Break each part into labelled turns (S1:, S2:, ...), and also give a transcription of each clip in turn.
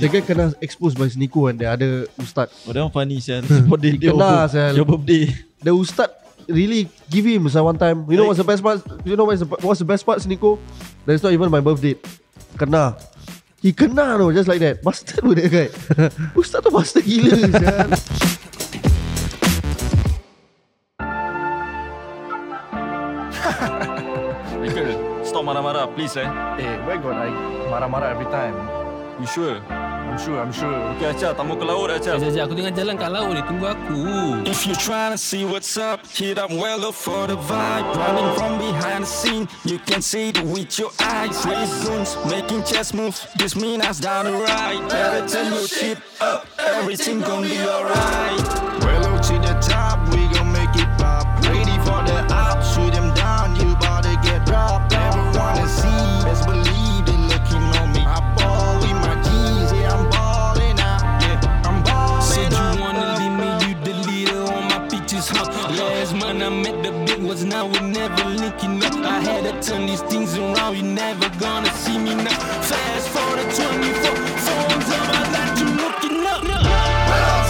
S1: The guy kan kena exposed by Sneeko and the other kan. ustaz.
S2: Oh, that one funny sial. What they
S1: Dia
S2: do?
S1: kena, sial.
S2: Your birthday.
S1: The ustaz really give him some one time. You know what's the best part? You know what's the, what's the best part, Sneeko? That is not even my birthday. Kena. He kena no, just like that. Bastard with that guy. ustaz tu bastard gila. sial.
S3: Michael, stop marah-marah please eh.
S4: Eh, why got I marah-marah every time?
S3: You sure?
S4: I'm sure, I'm sure.
S3: Okay, Acha, tamu ke laut Acha.
S5: Sekejap, sekejap. Aku tengah jalan kat laut ni. Tunggu aku.
S6: If you're trying to see what's up, hit up Weller for the vibe. Running from behind the scene, you can see it with your eyes. Raise goons, making chess moves. This mean us down the right. Better turn your shit up, everything gon' be alright. Weller to the top, we gon' make it pop. Ready for the op, shoot them down, you bout to get dropped. Everyone to see, best believe they looking on me. I ball with my G's, yeah, I'm ballin' out. Yeah, I'm ballin'
S5: Said you
S6: out.
S5: wanna leave me, you the leader on my pictures, huh? Last month I met the big ones, now we're never linking up. I had to turn these things around, you never gonna see me now. Fast forward to 24, phones on my life, you looking up.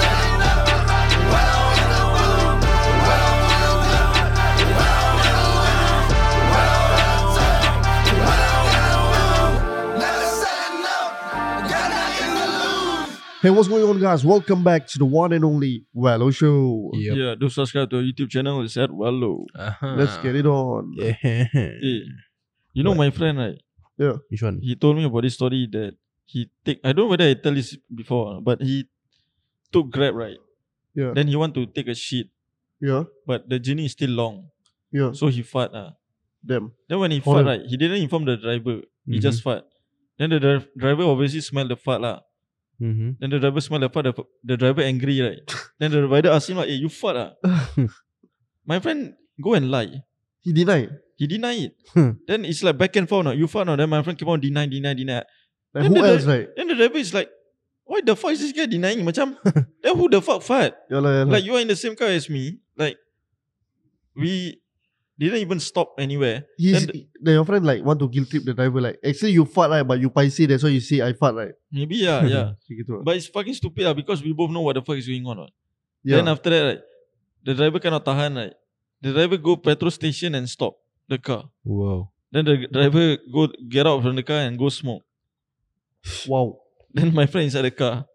S1: hey, what's going on, guys? Welcome back to the one and only Wello Show.
S2: Yep. Yeah, do subscribe to our YouTube channel. It's at Wallo.
S7: Uh-huh.
S1: Let's get it on.
S7: Yeah.
S2: Eh, you know my friend right?
S7: Which one?
S2: He told me about this story that he take. I don't know whether I tell this before, but he took grab right.
S1: Yeah.
S2: Then he want to take a shit,
S1: Yeah,
S2: but the journey is still long,
S1: yeah,
S2: so he fart ah.
S1: damn.
S2: Then when he
S1: Oh.
S2: fart right, he didn't inform the driver. He
S7: Mhm.
S2: just fart. Then the dri- driver obviously smell the fart lah.
S7: Mm-hmm.
S2: Then the driver smell the fart. The, the driver angry right. then the rider ask him like, "Hey, you fart ah?" my friend go and lie.
S1: He denied.
S2: He deny it.
S7: Hmm.
S2: then it's like back and forth. No? You fart no? Then my friend keep on deny, deny, deny.
S1: Like,
S2: Then
S1: who
S2: the-
S1: else, right?
S2: Then the driver is like, why the fuck is this guy denying? Macam, then who the fuck fart?
S1: Yeah, like,
S7: Hmm.
S2: Like you are in the same car as me. Like, we didn't even stop anywhere.
S1: He's,
S2: Then
S1: then your friend like want to guilt trip the driver like actually you fart right but you paisi that's why you say I fart right.
S2: Maybe yeah, yeah.
S1: Macam gitu.
S2: But it's fucking stupid lah because we both know what the fuck is going on. Right?
S1: yeah.
S2: Then after that, right, the driver cannot tahan. Right, the driver go petrol station and stop the car.
S7: Wow.
S2: Then the driver go get out from the car and go smoke.
S1: wow.
S2: Then my friend inside the car.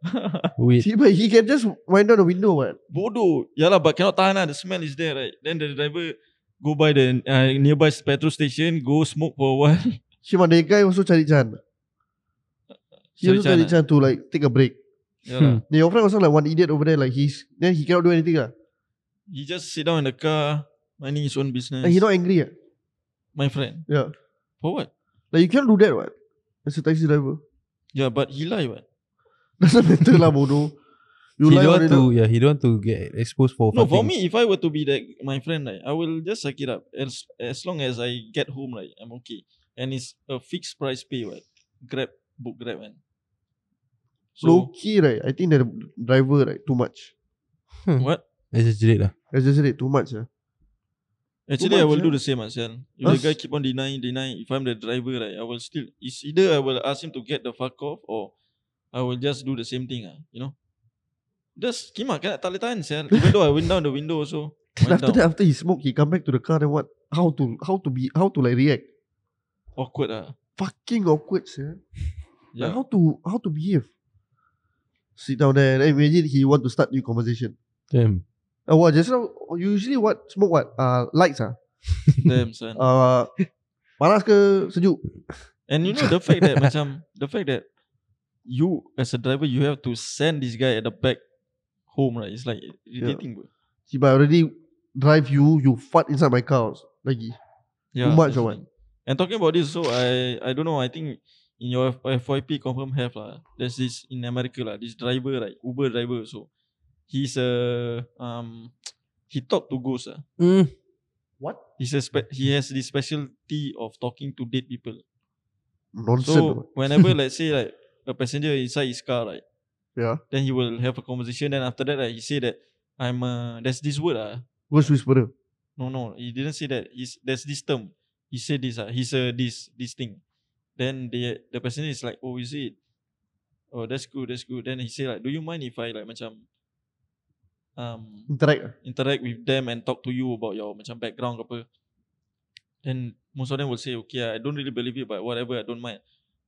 S7: Wait.
S1: He, but he can just wind down the window what?
S2: bodoh. Ya lah, but cannot tahan lah. The smell is there, right? Then the driver go by the uh, nearby petrol station, go smoke for a while.
S1: Shima the guy also cari chan. He
S2: Cari
S1: also Hmm. cari
S2: chan, eh?
S1: chan to like take a break.
S2: Ya lah.
S1: Then your friend also like one idiot over there like he's then he cannot do anything lah.
S2: He just sit down in the car, minding his own business.
S1: And he not angry ah.
S2: My friend.
S1: Yeah.
S2: For what?
S1: Like you cannot do that what? As a taxi driver.
S2: Yeah, but he lie, what?
S1: Doesn't matter lah bodoh. You
S7: he
S1: lie on
S7: don't
S1: ah.
S7: want
S1: to...
S7: to. Yeah, he don't want to get exposed for.
S2: No, for
S7: farting.
S2: me, if I were to be that my friend, like, I will just suck it up. As, as long as I get home, right, I'm okay. And it's a fixed price pay, what? Grab, book grab, man. So,
S1: low key right. I think that the driver right too much. Hmm.
S2: what?
S7: exaggerate lah.
S1: Exaggerate too much ah.
S2: Actually,
S1: much,
S2: I
S1: eh?
S2: will
S1: yeah.
S2: do the same myself. If
S1: Huh?
S2: the guy keep on denying, denying, if I'm the driver, right, I will still. It's either I will ask him to get the fuck off, or I will just do the same thing. Ah, you know. Just kima kena tak boleh tahan sial. Even though I went down the window also.
S1: Then
S2: Went
S1: after
S2: down.
S1: that, after he smoke, he come back to the car. Then what? How to how to be how to like react?
S2: Awkward ah.
S1: Fucking awkward, sir. Like
S2: Yeah.
S1: how to how to behave? Sit down there. Then imagine he want to start new conversation.
S7: Damn.
S1: Uh, what just now? Usually what smoke what? Uh, lights ah.
S2: Damn son.
S1: Uh, panas ke sejuk?
S2: And you know the fact that macam the fact that you as a driver you have to send this guy at the back home right. It's like irritating. bro.
S1: See, but I already drive you. You fart inside my car also. lagi.
S2: Yeah,
S1: Too much or
S2: definitely. And talking about this, so I I don't know. I think in your F- FYP confirm have lah. There's this in America lah. This driver right, Uber driver. So he's a um he talk to ghosts ah.
S7: Mm.
S1: What?
S2: He's a spe- he has this specialty of talking to dead people.
S1: Nonsense.
S2: So whenever let's say like a passenger inside his car right,
S1: yeah.
S2: then he will have a conversation. Then after that, like, he say that I'm uh there's this word ah.
S1: Ghost whisperer.
S2: No, no, he didn't say that. He's, there's this term. He said ah. this. Uh, he's a this this thing. Then the the person is like, oh, is it? oh that's good, that's good. Then he say like, do you mind if I like macam um
S1: Interact
S2: interact with them and talk to you about your macam background ke apa. Then most of them will say, okay, I don't really believe it, but whatever, I don't mind.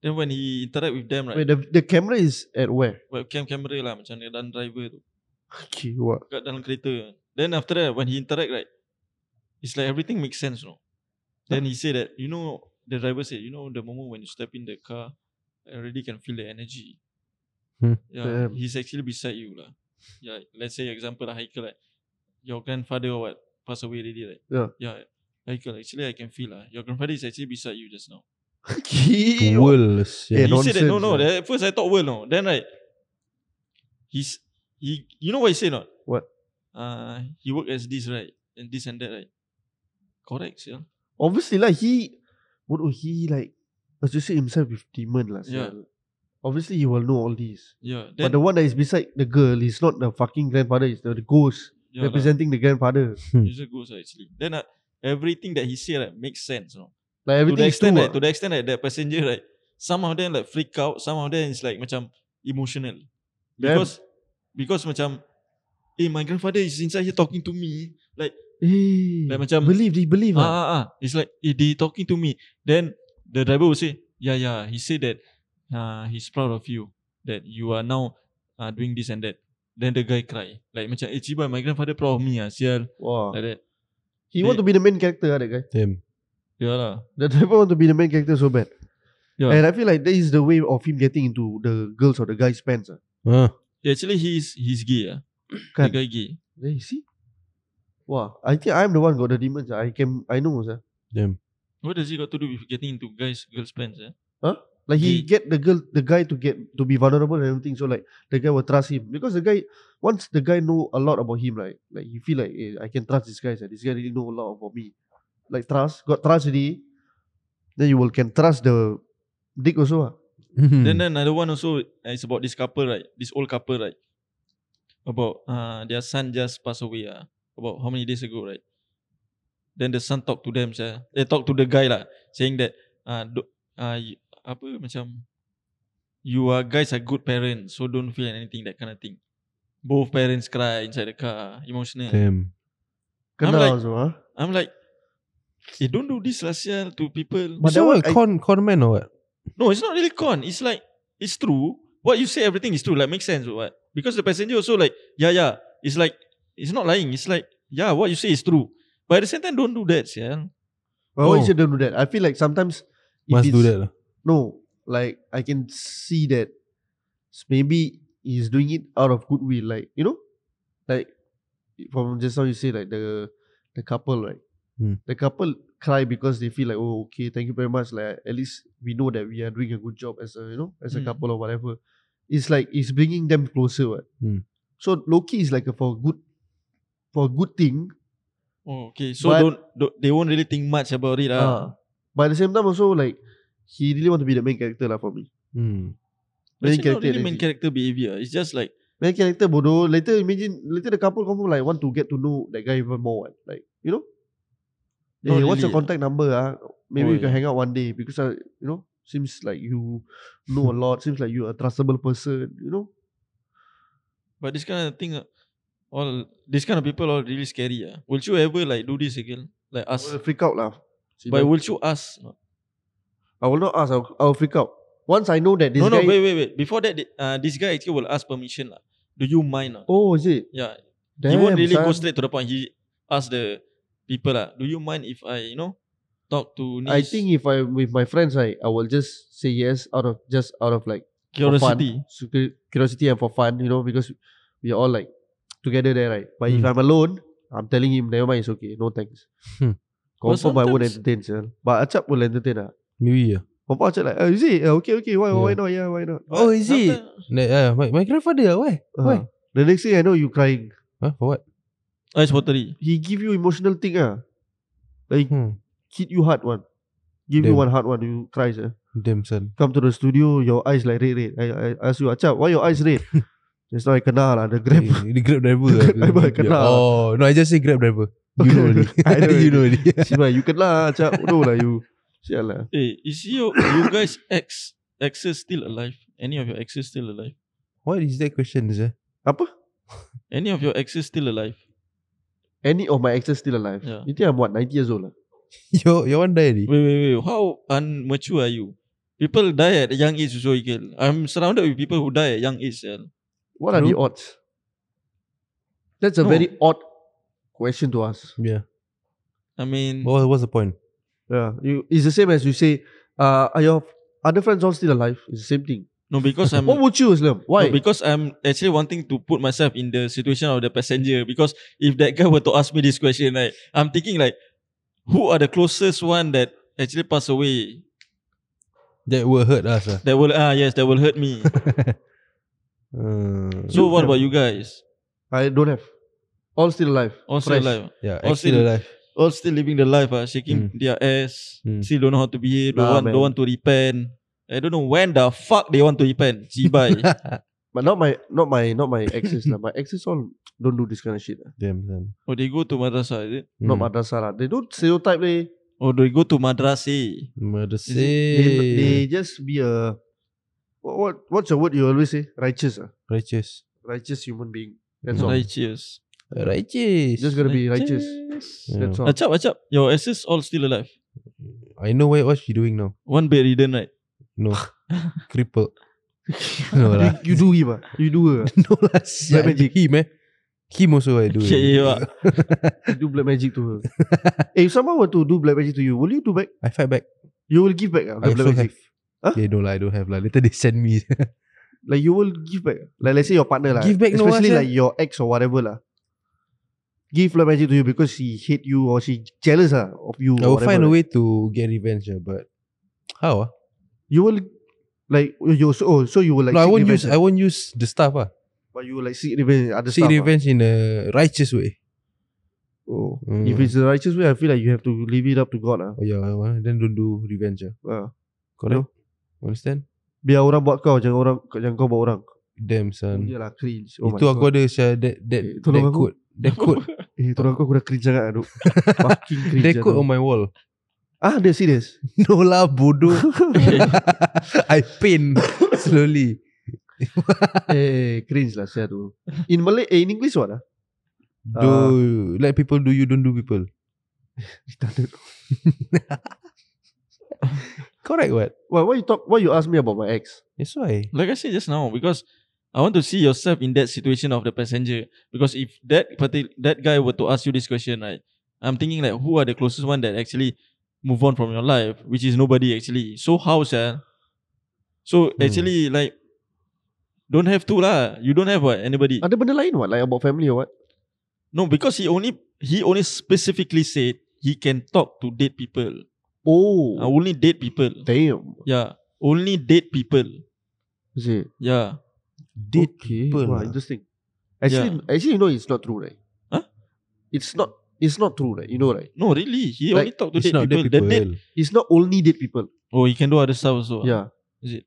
S2: Then when he interact with them, right,
S1: Wait the, the camera is at where
S2: webcam camera lah macam dia dan driver tu,
S1: Okay what
S2: kat dalam kereta. Then after that, when he interact, right, it's like everything makes sense, you know. Then he say that, you know, the driver said, you know, the moment when you step in the car, I already can feel the energy.
S7: Hmm.
S2: Yeah,
S1: Damn.
S2: he's actually beside you lah. Yeah, let's say example lah, Haikal, right? Your grandfather or what pass away already, right?
S1: Yeah.
S2: Yeah, Haikal, actually I can feel lah. Your grandfather is actually beside you just now.
S1: Okay
S7: World
S1: Eh,
S7: yeah.
S2: he said that
S1: nonsense
S2: no, no.
S1: lah.
S2: That, at first I thought well, no. Then right, he's he. You know what he said not?
S1: What?
S2: Uh, he work as this right and this and that right. Correct, yeah.
S1: Obviously lah he What would he like Associate himself with demon lah
S2: Yeah.
S1: sial. Obviously he will know all these
S2: Yeah.
S1: But the
S2: Then,
S1: one that is beside the girl is not the fucking grandfather, it's the, the ghost
S2: yeah, lah,
S1: representing the grandfather.
S2: it's a ghost actually. Then uh, everything that he said like makes sense, no?
S1: Like
S2: To
S1: everything
S2: the
S1: is true.
S2: extent that
S1: ah.
S2: to the extent that that passenger right, some of them like freak out, some of them is like macam emotional because because macam, eh my grandfather is inside here talking to me like.
S1: Eh,
S2: Like macam-
S1: believe, they believe.
S2: Ah,
S1: ah.
S2: ah, ah. It's like eh, they talking to me. Then the driver will say, yeah, yeah. He said that uh, he's proud of you that you are now uh, doing this and that. Then the guy cry like macam eh cibai my grandfather proud of me ah sial
S1: Wow.
S2: like that.
S1: He want to be the main character, ah, that guy.
S7: Damn.
S2: Yeah lah. Ya.
S1: The driver want to be the main character so bad.
S2: Yeah.
S1: And I feel like that is the way of him getting into the girls or the guy's pants. ah.
S7: Ah,
S2: Yeah, actually he's he's gay ah.
S1: Kan.
S2: The guy gay.
S1: There you see? Wow. I think I'm the one got the demons. ah. I can I know, sir.
S7: damn.
S2: What does he got to do with getting into guys girls pants? Eh?
S1: Like he
S2: He-
S1: get the girl, the guy to get to be vulnerable and everything. So like the guy will trust him because the guy once the guy know a lot about him, right? Like he feel like eh, I can trust this guy. Sir. This guy really know a lot about me. Like trust, got trust already. Then you will can trust the dick also. ah.
S7: Hmm.
S2: Then then another one also uh, it's about this couple right, this old couple right. About uh, their son just passed away ah. About how many days ago right? Then the son talk to them sah. They talk to the guy lah, saying that uh, do, uh, y- apa macam you are guys are good parents, so don't feel anything that kind of thing. Both parents cry inside the car, emotional.
S7: Damn.
S1: Kena
S2: like-
S1: also. ah.
S2: I'm like, eh, don't do this lah sial to people.
S1: But
S7: But
S1: that
S7: that
S1: one
S7: what
S1: I-
S7: con con man or what?
S2: No, it's not really con. It's like it's true. What you say, everything is true. Like makes sense, or what? Because the passenger also like, yeah, yeah. It's like it's not lying. It's like, yeah, what you say is true. But at the same time, don't do that, yeah.
S1: But why
S7: Oh.
S1: you don't do that? I feel like sometimes if
S7: Must do
S1: it's-
S7: that lah.
S1: No, like I can see that s- maybe he's doing it out of goodwill, like you know, like from just now you say like the the couple, right?
S7: Hmm.
S1: The couple cry because they feel like oh okay, thank you very much. Like at least we know that we are doing a good job as a you know as a
S2: Hmm.
S1: couple or whatever. It's like it's bringing them closer. Right?
S7: Hmm.
S1: So Loki is like a for good for a good thing.
S2: Oh, okay. So
S1: But-
S2: don't, don't they won't really think much about it, ah.
S1: ah. but at the same time also like he really want to be the main character lah for me.
S7: Hmm.
S1: Main
S2: But it's not
S1: character
S2: really main
S1: energy.
S2: character behavior. It's just like
S1: Main character bodoh. Later imagine later the couple confirm like want to get to know that guy even more. what. Like you know, hey,
S2: Not
S1: what's your
S2: really, ah.
S1: contact number? Ah, maybe
S2: Oh,
S1: we can
S2: yeah.
S1: hang out one day because uh, you know seems like you know a lot. Seems like you're a trustable person. You know,
S2: but this kind of thing, ah, all this kind of people are really scary, ah. Will you ever like do this again? Like ask.
S1: I'll freak out lah. See,
S2: But
S1: like,
S2: will you ask?
S1: I will not ask. I'll, I'll freak out. Once I know that this
S2: no,
S1: guy.
S2: no, wait, wait, wait. Before that, the- uh, this guy actually will ask permission. lah. Do you mind? lah?
S1: Oh, is it?
S2: Yeah.
S1: Damn,
S2: he won't really
S1: son.
S2: go straight to the point. He asked the people, lah, do you mind if I, you know, talk to niece?
S1: I think if I with my friends, I I will just say yes out of just out of like
S2: curiosity.
S1: for fun, su- curiosity and for fun, you know, because we are all like together there, right? But if
S7: Hmm.
S1: I'm alone, I'm telling him, never mind, it's okay, no thanks.
S7: Hmm.
S1: Confirm I won't
S2: sometimes-
S1: entertain, sir. But Achap will entertain. Ah.
S7: Maybe yeah.
S1: Confirm Achap like, oh, is it? Uh, okay, okay, why, why
S7: Yeah.
S1: not? Yeah, why not?
S7: Oh, is it?
S2: Sometime-
S7: Like, uh, my my grandfather ah, why?
S1: Ah.
S7: Why?
S1: The next thing I know, you crying.
S7: Huh? For what?
S2: Ice Oh, watery.
S1: He give you emotional thing, ah. Like,
S7: Hmm.
S1: hit you hard one. Give you one
S7: Damn.
S1: hard one, you cry, sir.
S7: Damn son.
S1: Come to the studio, your eyes like red, red. I, I ask you, Achap, why your eyes red? Just now I kena lah, the grab.
S7: Eh, the grab driver.
S1: The
S7: ah.
S1: Grab driver, kenal.
S7: Oh no, I just say grab driver. You
S1: Okay,
S7: know already.
S1: okay. I know
S7: you know already.
S1: Siapa, you kena,
S2: Eh,
S1: Achap. No lah, you. Sial lah.
S2: Hey, is your you guys ex exes still alive? any of your exes still alive?
S7: What is that question, sir?
S1: Apa?
S2: Any of your exes still alive?
S1: Any of my exes still alive?
S2: Yeah.
S1: You think I'm what, 90 years old? lah?
S7: Your your one diary.
S2: Wait, wait, wait. How unmature are you? People die at a young age also, Ikel. I'm surrounded with people who die at young age. Sel.
S1: What are the odds? That's a
S2: No.
S1: very odd question to ask.
S7: Yeah.
S2: I mean,
S7: What what's the point?
S1: Yeah, you, it's the same as you say, uh, are your other friends all still alive? It's the same thing.
S2: no, because I'm...
S1: what would you, Islam? Why?
S2: No, because I'm actually wanting to put myself in the situation of the passenger. Because if that guy were to ask me this question, right, I'm thinking like, who are the closest one that actually passed away?
S7: That will hurt us. Ah.
S2: That will ah yes, that will hurt me.
S7: Uh,
S1: Hmm.
S2: so what about you guys?
S1: I don't have. All still alive.
S2: All still
S1: Fresh.
S2: alive,
S7: yeah,
S2: all
S7: still
S2: still-
S7: alive.
S2: all still living the life, ah, shaking
S7: Mm.
S2: their ass,
S7: Mm.
S2: still don't know how to behave, don't
S1: Hmm. Nah,
S2: want, don't
S1: man.
S2: want to repent. I don't know when the fuck they want to repent. Cibai.
S1: But not my not my not my exes lah. My exes all don't do this kind of shit. lah.
S7: Damn son. Hmm.
S2: or Oh, they go to madrasah, is it?
S1: Not madrasah lah. They don't stereotype eh. leh.
S2: Or they go to madrasah.
S7: Murder
S1: They, they
S7: say
S1: just be a what, what what's the word you always say? Righteous ah.
S7: righteous.
S1: Righteous human being. That's all.
S2: Righteous.
S7: Righteous.
S1: You just gotta be righteous.
S7: Yeah.
S1: That's all.
S2: Acap, acap. Your asses all still alive.
S7: I know what what she doing now.
S2: One bedridden, right?
S7: No. Cripple. no lah.
S1: You, you do him ah. You do her. ah.
S7: no lah. Black
S1: magic.
S7: Him eh. Him also I do.
S2: Yeah, yeah, yeah.
S1: You do black magic to her. Eh, if someone were to do black magic to you, will you do back?
S7: I fight back.
S1: You will give back ah.
S7: I
S1: Like black
S7: also
S1: magic.
S7: have.
S1: Huh?
S7: Yeah, no lah. I don't have lah. Later they send me.
S1: Oh, Like you will give back. Like let's say your partner lah.
S7: Give back no
S1: Especially
S7: one,
S1: like your ex or whatever lah. Give black magic to you because she hate you or she jealous ah of you.
S7: I
S1: or
S7: will
S1: whatever,
S7: find a
S1: lah.
S7: way to get revenge, ah, but how? ah?
S1: You will like you so oh, so you will like.
S7: no, I
S1: seek
S7: won't
S1: revenge,
S7: use. I won't use the stuff. Ah,
S1: But you will like seek revenge. Other
S7: seek
S1: stuff, ah.
S7: revenge in a righteous way.
S1: Oh.
S7: Mm.
S1: If it's the righteous way, I feel like you have to leave it up to God lah.
S7: oh yeah, I want- then don't do revenge.
S1: Ah.
S7: Ah, correct. Understand?
S1: Biar orang buat kau, jangan orang jangan kau buat orang.
S7: Damn son.
S1: Yalah cringe.
S7: Hmm. Itu aku ada sia that that,
S1: Oh Eh,
S7: that
S1: tolong aku.
S7: code. That code.
S1: Eh, tolong aku aku dah cringe sangat aduh. Fucking cringe.
S7: that code
S1: aduh.
S7: on my wall.
S1: Ah, dia serious.
S7: no lah, bodoh. I paint slowly.
S1: eh, cringe lah saya tu. In Malay, eh, in English what lah?
S7: Do
S2: Ah.
S7: let people do you, don't do people.
S1: Retarded.
S7: Correct what?
S1: Why, why you talk? Why you ask me about my ex?
S7: That's why.
S2: Like I said just now, because I want to see yourself in that situation of the passenger. Because if that parti- that guy were to ask you this question, right, I'm thinking like, who are the closest one that actually move on from your life, which is nobody actually. So how, sir? So actually, like, don't have to lah. You don't have what anybody.
S1: Ada benda lain what? Like about family or what?
S2: No, because he only he only specifically said he can talk to dead people. I
S1: Oh,
S2: only date people.
S1: damn.
S2: Yeah, Ya, only date people. Ya.
S1: Is it?
S2: Yeah.
S7: Did
S1: okay.
S7: people
S1: Wow,
S7: lah.
S1: interesting. Actually, actually, you know, it's not true, right?
S2: Huh?
S1: It's not. It's not true, right? You know, right?
S2: No, really. He
S1: Like,
S2: only talk to
S7: it's
S2: dead
S7: not
S2: people.
S7: the people.
S2: The dead.
S1: It's not only dead people.
S2: Oh, he can do other stuff also. ah.
S1: Yeah.
S2: Is it?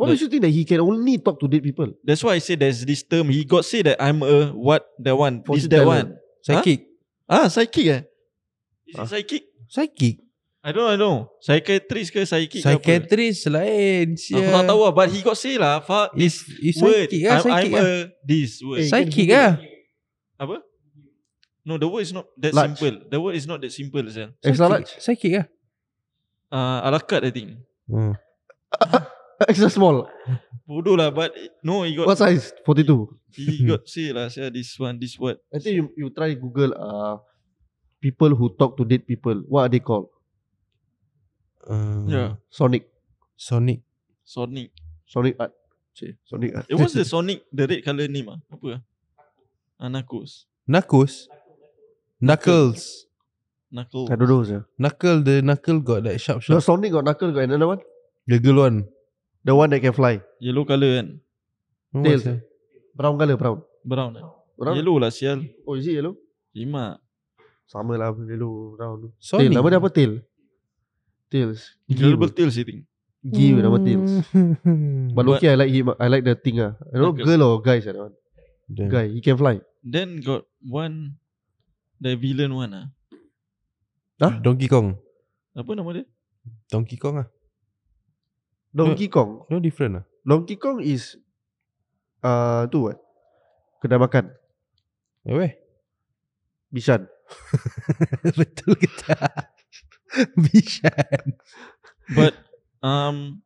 S1: What
S2: Like-
S1: makes you think that he can only talk to dead people?
S2: That's why I say there's this term. He got say that I'm a what that one. This
S1: Fortune
S2: that
S1: teller.
S2: one.
S7: Psychic.
S2: Ah, psychic eh. Is
S1: Ah.
S2: it psychic?
S7: Psychic.
S2: I don't I don't. know. Psychiatrist ke psychic ke apa?
S7: Psychiatrist lain
S2: Aku
S7: sia.
S2: tak tahu lah. But he got say lah. Fuck
S7: Is
S2: this
S7: is
S2: word.
S7: psychic ah,
S2: I'm, I'm
S7: psychic ah.
S2: a this word.
S1: Eh,
S7: Psychic
S1: can
S7: ah.
S2: Apa? No, the word is not that
S1: Large.
S2: simple. The word is not that simple, Zan.
S1: Extra large,
S7: Eh, Psychic ah.
S2: Uh, ala carte, I think.
S7: Hmm.
S1: extra small.
S2: Bodoh lah, but it- no, he got
S1: What size? Forty-two.
S2: he got say lah, saya this one, this word.
S1: I think you you try Google uh people who talk to dead people. What are they called?
S7: Uh,
S2: Yeah.
S1: Sonic.
S7: Sonic.
S2: Sonic.
S1: Sonic art. Cik, Sonic art.
S2: It was the Sonic, the red colour name ah. Apa ah? Anakos.
S7: Knuckles. Knuckles.
S2: Knuckle.
S1: I don't know. Sir.
S7: Knuckle the knuckle got like sharp
S1: No,
S7: sharp.
S1: Sonic got knuckle got another one.
S7: The girl one.
S1: The one that can fly.
S2: Yellow colour kan.
S7: Oh,
S1: Tail.
S7: what's that?
S1: Brown colour brown.
S2: Brown eh.
S1: Brown.
S2: Yellow lah sial.
S1: Oh is it yellow?
S2: Lima.
S1: Sama lah yellow brown. Tail.
S7: Sonic.
S1: Nama dia apa tail? Tails.
S2: Incredible Tales I think.
S1: Give nama tails. But
S2: Mm. But-
S1: okay, I like him. I like the thing ah. I don't know
S2: Okay.
S1: girl or guys that one.
S2: Hmm.
S7: Damn.
S1: Guy, he can fly.
S2: Then got one the villain one ah.
S7: Donkey Kong.
S2: Apa nama dia?
S7: Donkey Kong ah.
S1: Donkey Kong.
S2: Hmm.
S7: No different ah.
S1: Donkey Kong is uh, tu what? Kedai makan
S7: Weh, Eh, weh.
S1: Bishan.
S7: Betul ke tak? Bishan.
S2: But um,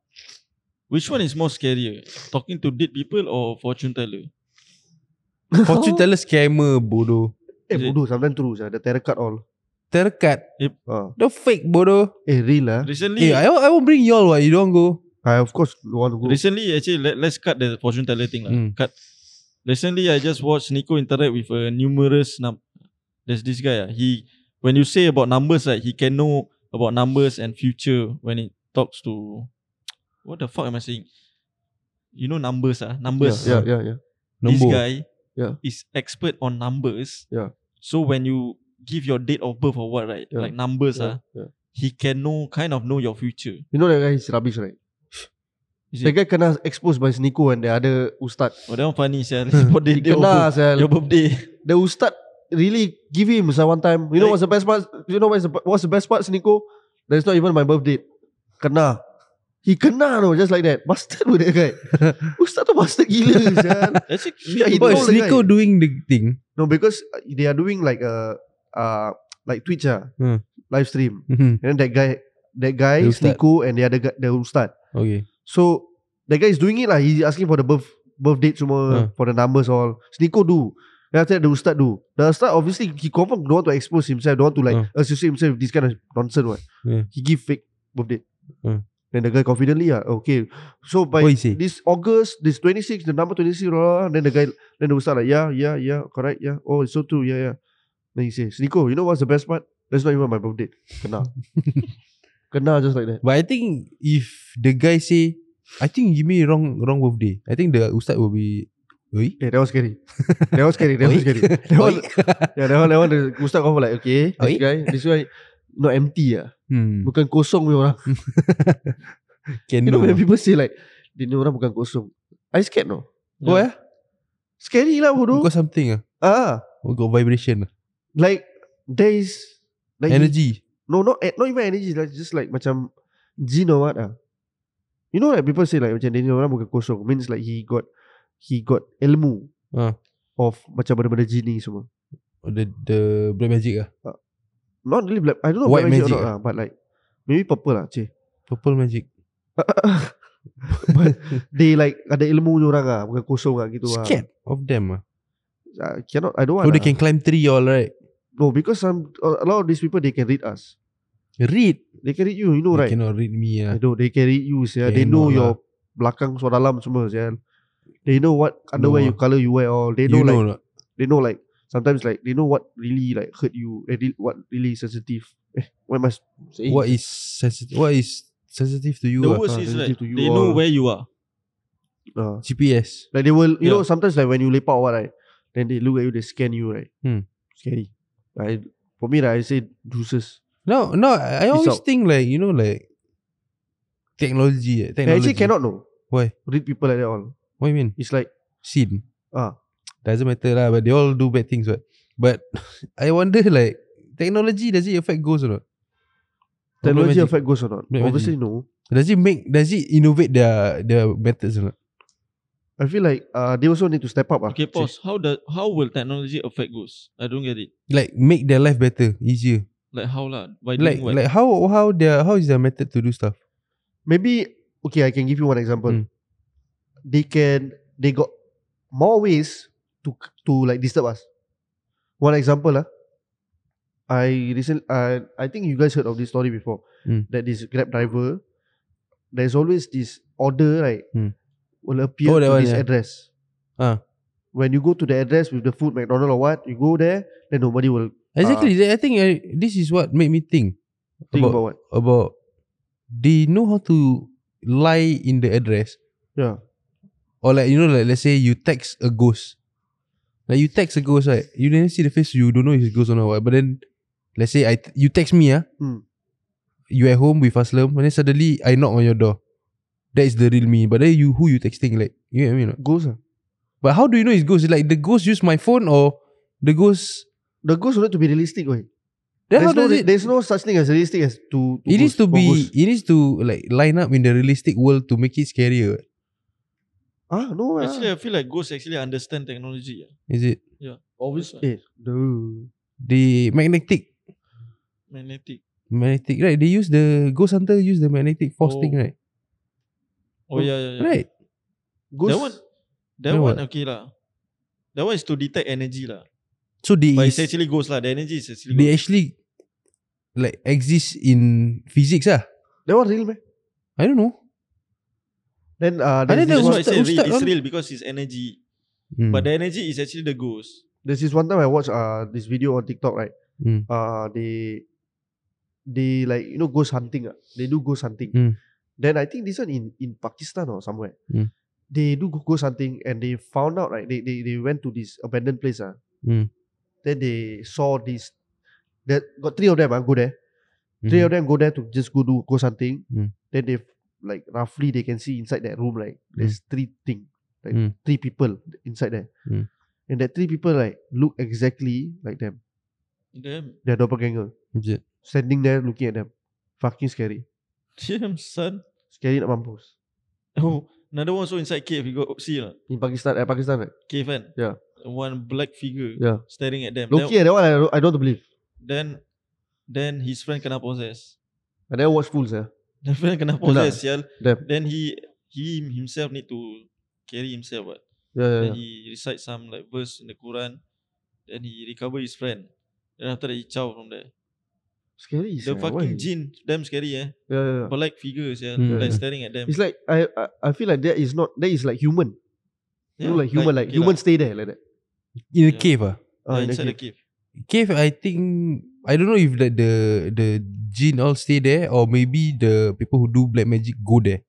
S2: which one is more scarier? Talking to dead people or fortune teller?
S7: Fortune teller scammer bodoh.
S1: Eh
S2: Is it-
S1: bodoh sometimes true sah. The tarot card all.
S7: Terkat.
S1: Uh.
S7: The fake bodoh.
S1: Eh real lah.
S2: Recently,
S7: Eh, I, I will bring y'all what you don't go.
S1: I of course don't want to go.
S2: recently actually let, let's cut the fortune teller thing lah.
S1: Hmm.
S7: Mm.
S2: Cut. Recently, I just watched Nico interact with a numerous num. There's this guy. ah. He when you say about numbers, right? He can know about numbers and future when it talks to. What the fuck am I saying? You know numbers ah,
S1: Yeah,
S2: numbers.
S1: yeah, yeah, yeah.
S7: Nombor.
S2: This guy
S1: Yeah.
S2: is expert on numbers.
S1: Yeah.
S2: So when you give your date of birth or what, right?
S1: Yeah.
S2: Like numbers
S1: yeah,
S2: ah,
S1: yeah.
S2: he can know kind of know your future.
S1: You know that guy is rubbish right?
S2: Is
S1: The
S2: it?
S1: guy kena exposed by Sneeko and the other ustad.
S2: Oh, that one funny sia. What
S1: He
S2: date your,
S1: kena
S2: birth-
S1: sel.
S2: your birthday?
S1: The ustad really give him sah one time. You know
S2: Like-
S1: what's the best part? You know what's the what's the best part Sneeko? That's not even my birth date. Kena. He kena no just like that. Bastard with that guy. ustad tu bastard gila sel.
S2: Actually,
S1: Yeah, he
S7: But
S1: know
S7: is
S1: the
S7: Nico
S1: guy.
S7: doing the thing?
S1: No, because uh, they are doing like a uh like Twitch ah
S7: Hmm.
S1: live stream.
S7: Mhm.
S1: And then that guy, that guy
S7: The ustaz.
S1: Sneeko and the other guy, the ustad.
S7: okay.
S1: So that guy is doing it lah. He's asking for the birth birth date semua
S7: Ah.
S1: for the numbers all. Sneeko do. Then after that the ustad do. The ustad obviously he confirm don't want to expose himself. Don't want to like associate himself with this kind of nonsense. What
S7: Yeah.
S1: he give fake birth date.
S7: Ah.
S1: Then the guy confidently ah okay. So by
S7: What he say?
S1: this August, this 26, the number 26, blah, blah, blah. then the guy, then the ustaz like, yeah, yeah, yeah, correct, yeah. Oh, it's so true, yeah, yeah. Then he says, Nico, you know what's the best part? That's not even my birthday. Kena. Kena just like that.
S7: But I think if the guy say, I think you give me wrong wrong birthday. I think the ustaz will be, oi,
S1: Yeah, Eh, that was scary. That was scary. That was
S7: Oi.
S1: scary. That
S7: oi.
S1: was, yeah, that one, that one, the ustaz confirm like, okay, this
S7: Oi.
S1: guy, this guy, not empty ah.
S7: hmm.
S1: Bukan kosong ni orang. You know
S7: Kendo.
S1: when people say like, dia ni orang bukan kosong. I scared no.
S7: Why? ah?
S1: Scary lah bodoh.
S7: Got something ah.
S1: Ah,
S7: Oh, got vibration ah.
S1: like there is like he-
S7: Energy.
S1: No, not eh, not even energy. Like, just like macam jin or what ah. You know like people say like macam dia ni orang bukan kosong. Means like he got he got ilmu
S7: Ah.
S1: of macam benda-benda jin ni semua.
S7: Oh, The the black magic ah.
S1: Not really black. I don't know
S7: White
S1: black
S7: magic
S1: or not lah, but like maybe purple lah cik.
S7: Purple magic.
S1: but they like ada ilmu ni orang ah, bukan kosong ah gitu ah.
S7: Scared of them ah.
S1: I cannot, I don't want.
S7: So they
S1: lah.
S7: can climb tree all right.
S1: No, because some a lot of these people they can read us.
S7: Read.
S1: They can read you, you know
S7: They
S1: right?
S7: cannot read me
S1: I
S7: ah.
S1: know they carry you sia. They
S7: Cannot
S1: know
S7: lah.
S1: your belakang suara dalam semua sia. They know what underwear
S7: No
S1: you color you wear all. They
S7: lah. You
S1: know
S7: know lah.
S1: like
S7: not.
S1: they know like sometimes like they know what really like hurt you and re- what really sensitive. Eh, what am I saying?
S7: What is sensitive? What is sensitive to you?
S2: The
S7: ah?
S1: ah,
S2: worst is
S1: sensitive to
S2: like
S1: you
S2: they know
S1: all.
S2: where you are.
S1: Ah.
S7: GPS.
S1: like they will, you
S2: Yeah.
S1: know, sometimes like when you lepak or what right, then they look at you, they scan you right.
S7: Hmm.
S1: Scary. I for me right, I say deuces.
S7: No, no. I I
S1: It's
S7: always
S1: out.
S7: think like you know like technology. eh,
S1: I
S7: Technology.
S1: actually cannot know.
S7: Why?
S1: Read people like that all.
S7: What you mean?
S1: It's like
S7: Sin.
S1: Ah.
S7: Doesn't matter lah. But they all do bad things. What? But I wonder like technology does it affect ghosts or not? Or black
S1: technology
S7: magic?
S1: affect ghosts or not?
S7: Black magic.
S1: Obviously no.
S7: Does it make? Does it innovate their their methods or not?
S1: I feel like uh, they also need to step up. ah.
S2: Okay, pause. How does how will technology affect ghosts? I don't get it.
S7: Like make their life better, easier.
S2: Like how lah? By
S7: Like
S2: doing what?
S7: like how how their how is their method to do stuff?
S1: maybe okay i can give you one example
S7: Mm.
S1: they can they got more ways to to like disturb us one example lah i recent i i think you guys heard of this story before
S7: Mm.
S1: that this grab driver there's always this order right
S7: Mm.
S1: will appear
S7: Oh, that
S1: to
S7: one,
S1: this
S7: yeah.
S1: address
S7: Ah.
S1: when you go to the address with the food mcdonald or what you go there then nobody will
S7: Exactly. I think I, this is what made me think
S1: Ah. think
S7: about
S1: about what
S7: about they know how to lie in the address
S1: yeah
S7: or like you know like let's say you text a ghost like you text a ghost right you didn't see the face you don't know if it's ghost or not what. but then let's say I you text me ah
S1: Hmm.
S7: you at home with Aslam and then suddenly I knock on your door that is the real me but then you who you texting like you know what I mean or not?
S1: ghost ah.
S7: but how do you know it's ghost like the ghost use my phone or the ghost
S1: the ghost don't need to be realistic oi.
S7: then
S1: There's
S7: how
S1: no,
S7: does
S1: re-
S7: it
S1: there's no such thing as realistic as to, to
S7: it needs
S1: ghost- for
S7: to be
S1: ghost.
S7: it needs to like line up in the realistic world to make it scarier
S1: Ah, no. ah.
S2: Actually, I feel like ghosts actually understand technology. ah.
S7: Is it
S1: Obviously. Eh, duh.
S7: the magnetic?
S2: Magnetic.
S7: Magnetic, right? They use the Ghost Hunter use the magnetic force
S2: Oh,
S7: thing, right?
S2: Oh yeah, yeah, yeah.
S7: Right.
S2: That one, that
S7: Then
S2: one
S7: what?
S2: okay lah. That one is to detect energy lah.
S7: So they
S2: But
S7: is,
S2: it's actually ghost lah. The energy is actually
S7: they
S2: ghost.
S7: actually like exist in physics ah.
S1: That one real man.
S7: I don't know.
S1: Then uh,
S7: Other
S1: there's,
S7: than
S1: this
S2: That's
S1: one,
S2: why I
S7: Ustaz-
S2: say real,
S7: Ustaz
S2: it's
S7: one-
S2: real because it's energy.
S7: Mm.
S2: But the energy is actually the ghost.
S1: there's this one time I watched uh this video on TikTok right.
S7: Mm.
S1: Uh, they they like you know ghost hunting. ah. They do ghost hunting.
S7: Mm.
S1: Then I think this one in in Pakistan or somewhere.
S7: Mm.
S1: They do ghost hunting and they found out right. They they, they went to this abandoned place ah.
S7: Mm.
S1: Then they saw this. That got three of them ah go there.
S7: Hmm.
S1: Three of them go there to just go do ghost hunting.
S7: Mm-hmm. Mm.
S1: Then they like roughly they can see inside that room like there's three thing, like
S7: Mm.
S1: three people inside there,
S7: Mm.
S1: and that three people like look exactly like them.
S2: Damn,
S1: They're doppelganger
S7: Is it?
S1: standing there looking at them, fucking scary,
S2: damn son.
S1: scary nak mampus.
S2: Oh, another one also inside cave. You got see lah.
S1: In Pakistan, eh, Pakistan right?
S2: Cave kan?
S1: Yeah.
S2: One black figure
S1: Yeah.
S2: staring at them.
S1: Loki, eh, that one I don't, I don't believe.
S2: Then, then his friend kena possess.
S1: I never watch fools eh.
S2: The friend kena
S1: Itulah.
S2: possess sial.
S1: Damn.
S2: Then he he himself need to carry himself. What?
S1: Yeah, yeah,
S2: Then
S1: yeah.
S2: he recite some like verse in the Quran. Then he recover his friend. Then after that he chow from there.
S1: Scary.
S2: The
S1: sia,
S2: fucking
S1: why? Hmm.
S2: jinn, damn scary
S1: Yeah,
S2: eh.
S1: yeah, yeah.
S2: Black figures yeah,
S7: Mm.
S2: like staring at them.
S1: It's like I, I I feel like that is not that is like human.
S2: yeah,
S1: You know, like human, like,
S2: okay
S1: human
S2: lah.
S1: stay there like that.
S7: In
S2: Yeah.
S7: a cave ah.
S1: Ah,
S2: Yeah,
S1: in the
S2: inside the
S1: cave.
S2: cave.
S7: Cave I think I don't know if the the the jinn all stay there or maybe the people who do black magic go there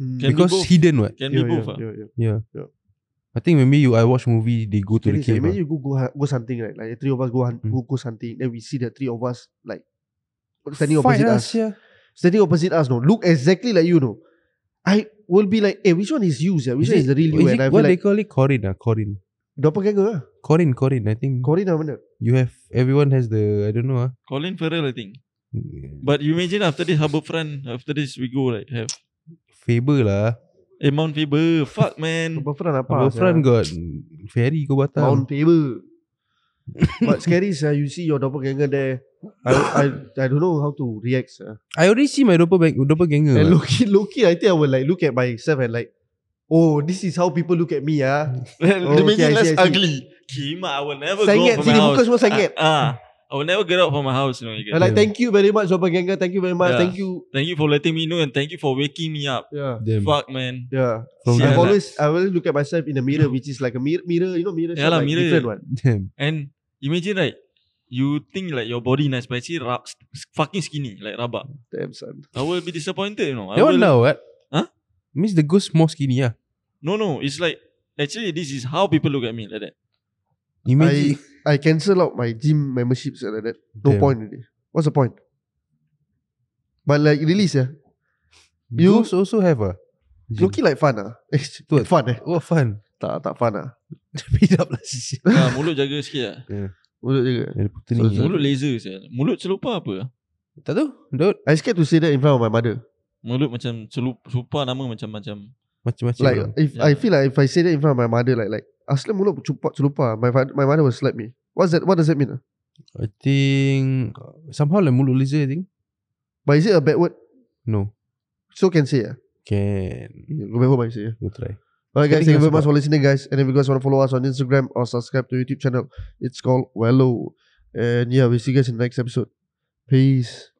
S1: Mm.
S2: Can be
S7: because
S2: both.
S7: hidden what.
S2: Can
S1: Yeah,
S2: be both
S1: yeah,
S2: ah.
S1: yeah, yeah.
S7: I think maybe you I watch movie they go to
S1: Scary
S7: the
S1: sia.
S7: cave.
S1: Imagine
S7: ah.
S1: you go go hu- ghost hunting right? Like the three of us go hunt,
S7: Mm.
S1: go ghost hunting. Then we see the three of us like standing opposite
S7: Fight ah, lah,
S1: us.
S7: sia.
S1: Standing opposite us, no. Look exactly like you, no. I will be like, hey, which one is you, yeah? Which
S7: Is
S1: one
S7: it-
S1: is the real
S7: is
S1: you?
S7: it
S1: And I feel
S7: what they
S1: like
S7: call it Corin ah Corin.
S1: doppelganger. ah. lah.
S7: Corin Corin I think
S1: Corin lah mana?
S7: you have everyone has the I don't know ah.
S2: Colin Farrell I think. But you imagine after this Harbourfront, after this we go like have
S7: Faber lah.
S2: eh Mount Faber, fuck man.
S1: Doppelfront apa?
S7: Our friend got ferry
S1: sia?
S7: go Batam.
S1: Mount Faber. But scary, sir. You see your doppelganger there. I I I don't know how to react, sir.
S7: I already see my doppelbang- doppelganger.
S1: And
S7: what.
S1: Loki, Loki, I think I will like look at myself and like, oh, this is how people look at me, ah.
S2: Then
S1: Oh,
S2: they make
S1: okay, I see,
S2: it less
S1: I see.
S2: ugly. Kima, I will
S1: Oh.
S2: never
S1: Sengit,
S2: go out from
S1: sini
S2: my house.
S1: muka semua sengit.
S2: Ah, ah. I will never get out from my house, you know. You
S1: And
S2: get.
S1: like, thank you very much, doppelganger. Thank you very much.
S2: Yeah.
S1: Thank you.
S2: Thank you for letting me know and thank you for waking me up.
S1: Yeah.
S7: ah. Damn.
S2: Fuck man.
S1: Yeah.
S7: From
S2: Yeah,
S1: I've
S2: like-
S7: Jalan.
S1: always I always look at myself in the mirror, which is like a mirror mirror, you know, mirror
S2: Yeah
S1: shot,
S2: lah,
S1: like
S2: mirror.
S1: different one.
S7: Damn.
S2: And imagine right, you think like your body nice, but actually ra- fucking skinny, like rabak.
S1: Damn son.
S2: I will be disappointed, you know. I
S7: That
S2: will,
S7: one now what?
S2: Huh?
S7: Means the ghost more skinny ah.
S2: No, no, it's like actually this is how people look at me like that.
S7: Imagine
S1: I cancel out my gym memberships and like that. No
S7: Damn.
S1: point really. What's the point? But like release, yeah. you-
S7: ghost also have ah.
S1: Looking like fun ah.
S7: Betul.
S1: Eh, fun eh.
S7: What fun.
S1: Tak tak fun ah.
S7: Beat up lah sisi.
S2: Ah, mulut jaga sikit lah.
S1: Mulut jaga.
S7: Ada putu
S1: So,
S7: ni.
S1: so-
S7: eh.
S2: Mulut laser saya. Mulut celupa apa?
S7: Tak tahu. Dot
S1: I scared to say that in front of my mother.
S2: Mulut macam celup, celupa nama macam-macam.
S7: macam-macam.
S1: Like
S7: orang.
S1: if
S2: Yeah.
S1: I feel like if I say that in front of my mother, like like asli mulut celupa celupa. My fa- my mother will slap me. What's that? What does that mean? ah?
S7: I think somehow like mulut laser I think.
S1: But is it a bad word?
S7: No.
S1: So can say yeah.
S7: Can
S1: Go back home and say yeah.
S7: go try.
S1: Alright guys, thank
S7: Getting
S1: you very
S7: us
S1: much for listening guys. And if you guys want to follow us on Instagram or subscribe to YouTube channel, it's called Wello. And yeah, we'll see you guys in the next episode. Peace.